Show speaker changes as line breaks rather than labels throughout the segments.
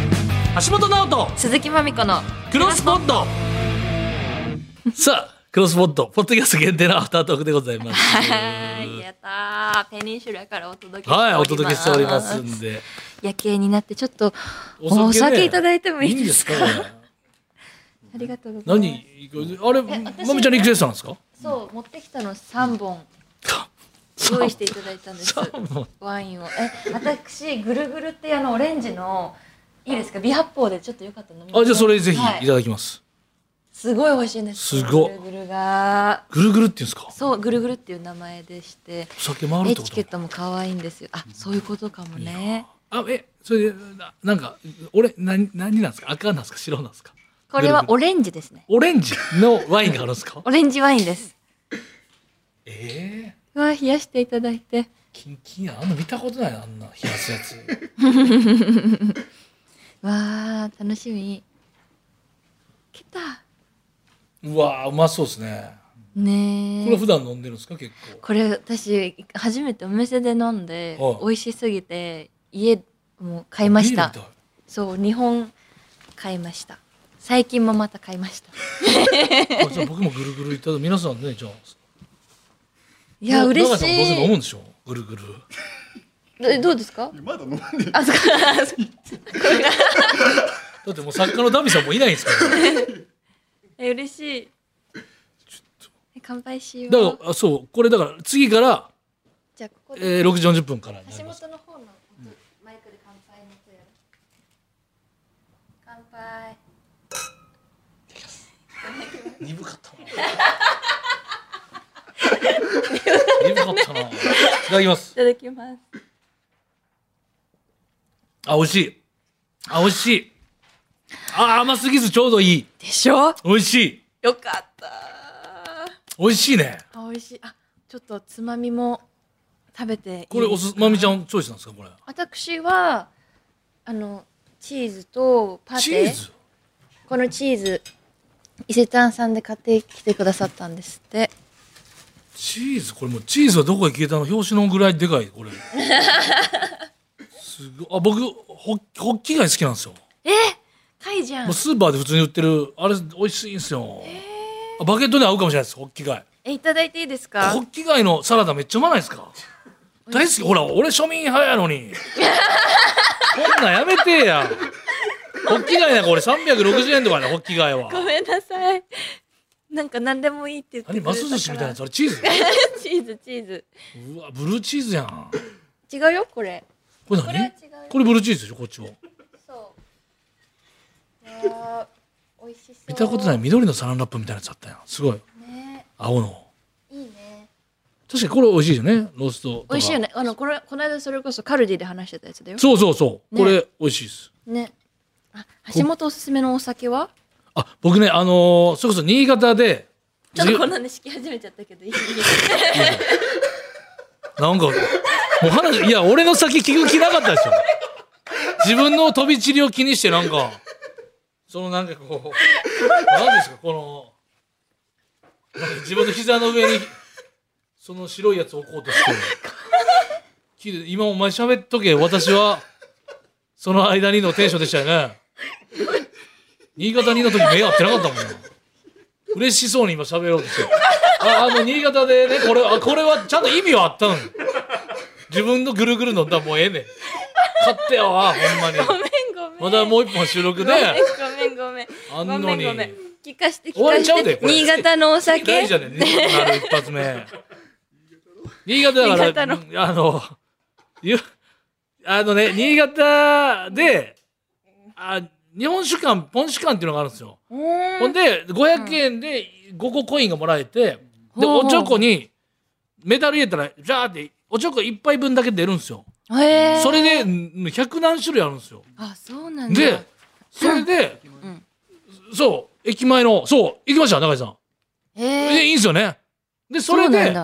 橋本直人
鈴木まみこの
クロスポットさあクロスポットポッドキャスト限定のアフタートークでございます
はいやったーペニンシュラからお届けしております
はいお届けしておりますんで
夜景になってちょっとお酒いただいてもいいです
い
か
いんですかこ
ありがとうござ
れ
います
何あれま
私
みちゃんリクエストなんですか
そう持ってきたの三本
そ
用
う
意していただいたんです
そうもう
ワインをえ私ぐるぐるっていうあのオレンジのいいですか美発泡でちょっとよかったの
あじゃあそれぜひ
はい
いただきます、
すごい美味しいんですよ
すごっ
ぐるぐるが
ぐるぐるって言うんですか
そうぐるぐるっていう名前でして
お酒回るっ
エ
てこ
チ
と
ケットも可愛いんですよあそういうことかもね
あえそれでななんか俺何何なんですか赤なんですか白なんですか
これはオレンジですね
オレンジのワインがあるんですか
オレンジワインです
ええ
うわ冷やしていただいて
キンキンやあんな見たことないなあんな冷やすやつ
わあ楽しみ来た
うわーうまそうですね
ねえ
これ普段飲んでるんですか結構
これ私初めてお店で飲んで
はい
美味しすぎて家も買いました
ビールみい
そう2本買いました最近もまた買いました
あじゃあ僕もぐるぐるいただ皆さんねじゃあ
いや
な
嬉
永井さ
し
んもどうせ飲
い
むんでしょぐるぐる
えどうですか
まだ飲まんで
あそこ
だってもう作家のダミさんもいないんですから、
え嬉しいえ乾杯しよ
だ
う
からあそうこれだから次から、
じゃあここで
えー、6時40分からになり
橋
ます
本の方の音マイクで乾杯の音やる乾杯
鈍かったな鈍かったないただきま
い
す
ただきます
あ美味しいあ美味しいあ甘すぎずちょうどいい
でしょ
美味しい
よかった
美味しいね
あ美味しいあちょっとつまみも食べていい
これおすまみちゃんチョイスなんですかこれ
私はあのチーズとパテ
チーズ
このチーズ伊勢丹さんで買ってきてくださったんですって
チーズこれもうチーズはどこへ消えたの表紙のぐらいでかいこれすごいあ僕ホッホッキ貝好きなんですよ
かいじゃ
も
ん
うスーパーで普通に売ってるあれ美味しいんですよ、あバゲットに合うかもしれないですホッキ貝
えいただいていいですか
ホッキ貝のサラダめっちゃうまないですか大好きほら俺庶民派やのにこんなんやめてやホッキ貝なんか俺360円とかねホッキ貝は
ごめんなさいなんか何でもいいって言ってく
何
れたか
マス寿
ら
司みたいなやつあれチー ズ
チーズチーズ
うわブルーチーズやん
違うよこれ
これ
これは違
何
うよ
これブルーチーズでしょこっちは
そういやー美味しそう
見たことない緑のサランラップみたいなやつあったやんすごい
ね
青の
いいね
確かにこれ美味しいよねローストとか
美味しいよねあのこれこの間それこそカルディで話してたやつだよ
そうそうそう
ね
これ美味しいです、
ねあ橋本おすすめのお酒は
あ僕ねあのーそれこそ新潟で
ちょっとこんなの敷き始めちゃったけどいい
なんか、もう話、いや、俺の先聞く気なかったでしょ。自分の飛び散りを気にして、なんか、そのなんかこう、何ですか、この、なんか自分の膝の上に、その白いやつを置こうとして聞いて、今お前喋っとけ、私は、その間にのテンションでしたよね。新潟にの時目合ってなかったもんな。嬉しそうに今喋ろうとして。ああの、新潟でね、これ、あこれはちゃんと意味はあったのよ自分のぐるぐる飲んだらもうええねん。買ってよ、あほんまに。
ごめんごめん
まだもう一本収録
ご
で、
めんごめんごめん
あん
ご
の
めん
に。
ごめん聞かして
終
聞
わ
か
りちゃう
し
で
て
これ
新潟のお酒
大じゃねえ、なる一発目。新潟だ
新
か
潟
ら、
の
うんあの、ゆあのね、新潟で、あ日本酒館、ポン酒館っていうのがあるんですよ。
うーん
ほんで、500円で5個コインがもらえて、で、
ほうほう
おちょこにメダル入れたら、ジャーって、おちょこ一杯分だけ出るんですよ。
へー
それで、うん100何種類あるんですよ。
あそうなんだ
で、それで、
ん
そう、駅前の、そう、行きました、中井さん。で、
へえ
いいんですよね。で、それで、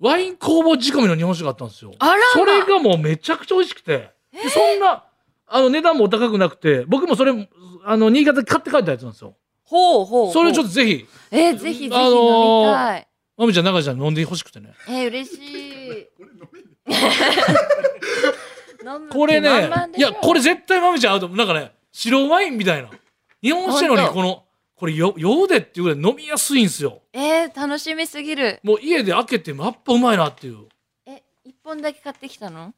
ワイン工房仕込みの日本酒があったんですよ。
あらま
それがもうめちゃくちゃ美味しくて。でそんな、あの、値段もお高くなくて、僕もそれ、あの、新潟で買って帰ったやつなんですよ。
ほうほう
それをちょっ
っ
と
と
ぜひ、
えーぜひぜひ飲み
あの
たい
まみちゃん、中井ちゃん飲んでほしくてね。
えー嬉しい飲む
これ
気
ね
満々、で
い
しょ
や、これ絶対まみちゃん合うと思う。なんかね、白ワインみたいな日本酒なのに
ほんと
このこれよようでっていうぐらい飲みやすいんですよ
えー、楽しみすぎる
もう家で開けてもやっぱうまいなっていう
え一本だけ買ってきたの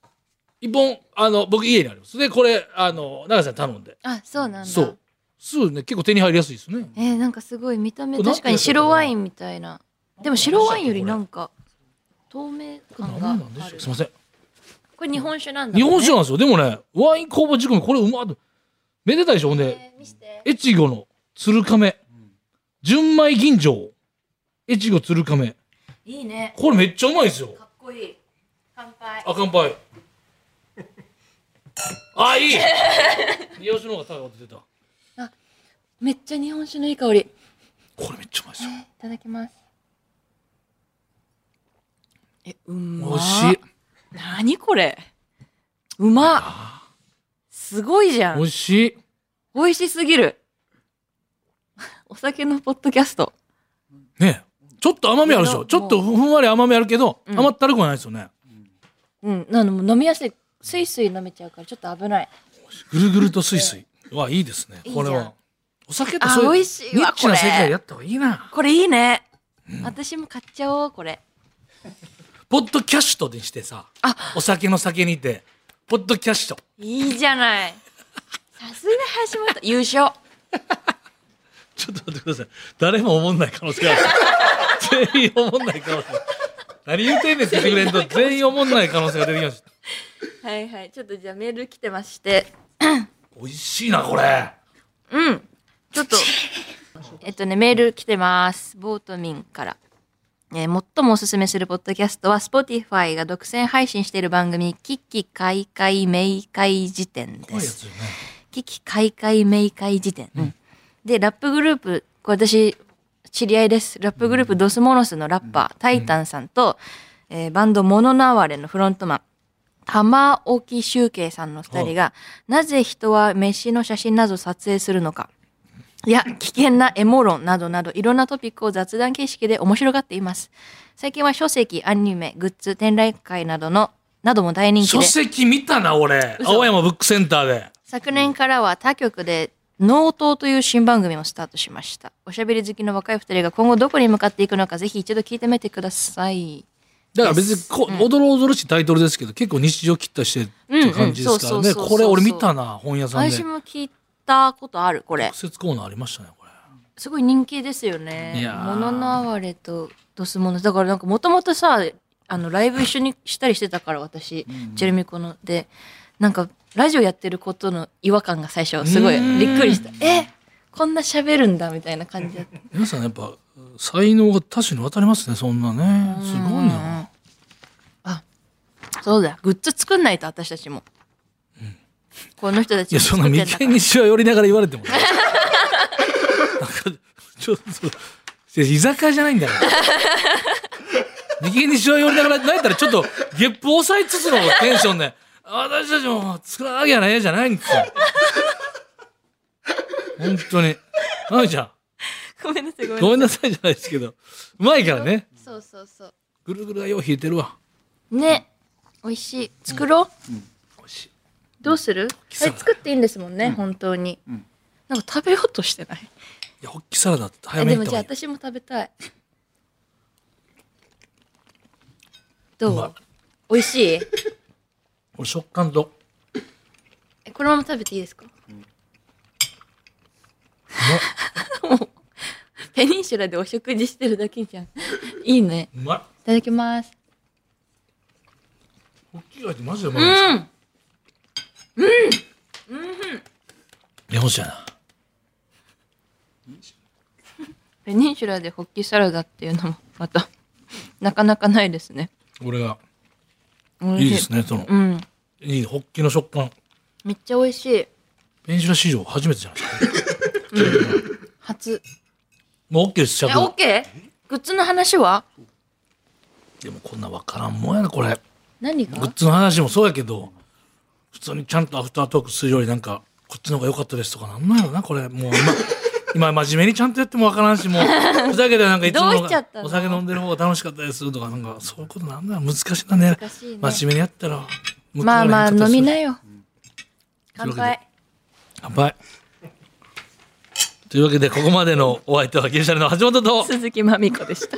一本あの僕家にありますでこれあの永瀬さん頼んで
あそうなんだ
そうそうね結構手に入りやすいですね
えー、なんかすごい見た目
これなん
確
て
かに白ワインみたいなでも白ワインよりなんか透明
何
感が
な
あ
んでしょ
る
うすいません
これ日本酒なんだ
日
もんね、
本酒なんですよでもねワイン工房仕込みこれうまっめでたいでしょほんで
えー見して
越後の鶴亀純米吟醸越後鶴亀
いいね
これめっちゃうまいですよ
かっこいい乾杯
あ乾 杯あいい日本酒の方が高く出たこ
めっちゃ日本酒のいい香り
れめっちゃうまいですよ
いただきますえうま
美味しい
何これうまっすごいじゃ
美
ん
味しい
美味しすぎるお酒のポッドキャスト
ねえちょっと甘みあるでしょ
い
ち
やもう
ょっとふんわり甘みあるけど、
うん
甘ったるくはないですよね
うんなのもう飲みやすいスイスイ飲めちゃうからちょっと危ない
ぐるぐるとスイスイはいいですね
いいじゃ
こ
ん
れはお酒って
あ
そういうニ
美味しいわ
ッチな
こ
世
れ
界でやった方がいいな
これいいね、私も買っちゃおうこれ
ポッドキャストにしてさ
あ
お酒の酒にてポッドキャスト
いいじゃ ないさすが橋本優勝
ちょっと待ってください誰も思んない可能性 がある全員思んない可能性何言うてんねんって言ってくれ んと全員思んない可能性が出てきました
はいはいちょっとじゃあメール来てまして
美味しいなこれ
うん。ちょっと。えっとね、メール来てます。ボートミンから。えー最もおすすめするポッドキャストは、Spotify が独占配信している番組、キキカイカイメイカイ辞典
怖
で
いや
す。
つよね
キキカイカイメイカイ辞典。で、ラップグループ、これ私、知り合いです。ラップグループ、ドスモノスのラッパー、タイタンさんと、えーバンド、モノナワレのフロントマン、浜沖周慶さんの二人が、なぜ人は飯の写真など撮影するのか。いや、危険なエモ論などなど、いろんなトピックを雑談形式で面白がっています。最近は書籍、アニメ、グッズ、展覧会などの、なども大人気
書
で。
籍見たな俺青山ブックセンターで
昨年からは他局で「納刀」という新番組もスタートしましたおしゃべり好きの若い二人が今後どこに向かっていくのかぜひ一度聞いてみてください
だから別にこう、おどろおどろしいタイトルですけど結構日常切ったしてって感じですか
う
ら
んうんそうそうそう
ね
そう
これ俺見たな本屋さんで
私も聞いたことあるこれ
特設コーナーありましたねこれ
すごい人気ですよ
い
ね
やー
もののあわれとドスモノだからなんかもともとさあのライブ一緒にしたりしてたから私、ジェルミコのでなんかラジオやってることの違和感が最初すごいびっくりしたえこんな喋るんだみたいな感じだった
皆さんやっぱ才能が多種に渡りますねそんなねすごいな
あそうだグッズ作んないと私たちも、この人たち
いやそんな眉間にしわ寄りながら言われてもねなんかちょっといや居酒屋じゃないんだから眉間にしわ寄りながらなんやったらちょっとゲップを抑えつつのテンションで私たちも作らなきゃねじゃないんですよ本当に奈美ちゃ
ごめんなさいごめ
ん
んな
ご
さ
め
い
んなさいじゃないですけどうまいからね
そうそうそ
ぐるぐるがよう冷えてるわ
うね美味しい作ろう、
美味しい
どうするあ
そう
れ
だ
作っていいんですもんね、本当に、なんか食べようとしてない
いやホッキサラダって早
え
め
で
に行
も
った
じ
方がいい
ゃあ私も食べたいどう
うまい
美味しい
俺食感と
えこのまま食べていいですか、もうペニンシュラでお食事してるだけじゃんいいね
うまい
いただきます
ホッキ貝ってマジでうま
う
いですよ
ん
日本酒やな
ペニンシュラでホッキサラダっていうのもまたなかなかないですね
俺が
美味し
いいですねその
うん
いいホッキの食感
めっちゃ美味しい
ペンシュラ史上初めてじゃないですか
初
もう OK です
え
尺
オッケーグッズの話は
でもこんなわからんもんやなこれ
何
グッ
が
ズの話もそうやけど普通にちゃんとアフタートークするよりなんかこっちの方が良かったですとかなんなんやろなこれ もう今今真面目にちゃんとやってもわからんしもうふざけてなんかいつも
どうしちゃったの
お酒飲んでる方が楽しかったですとかなんかそういうことなんだよ難しいなね
難しいね
真面目にやったら
まあまあ飲みな
よ
よ乾杯
乾杯というわけでここまでのお相手は芸者の橋本と
鈴木まみこでした。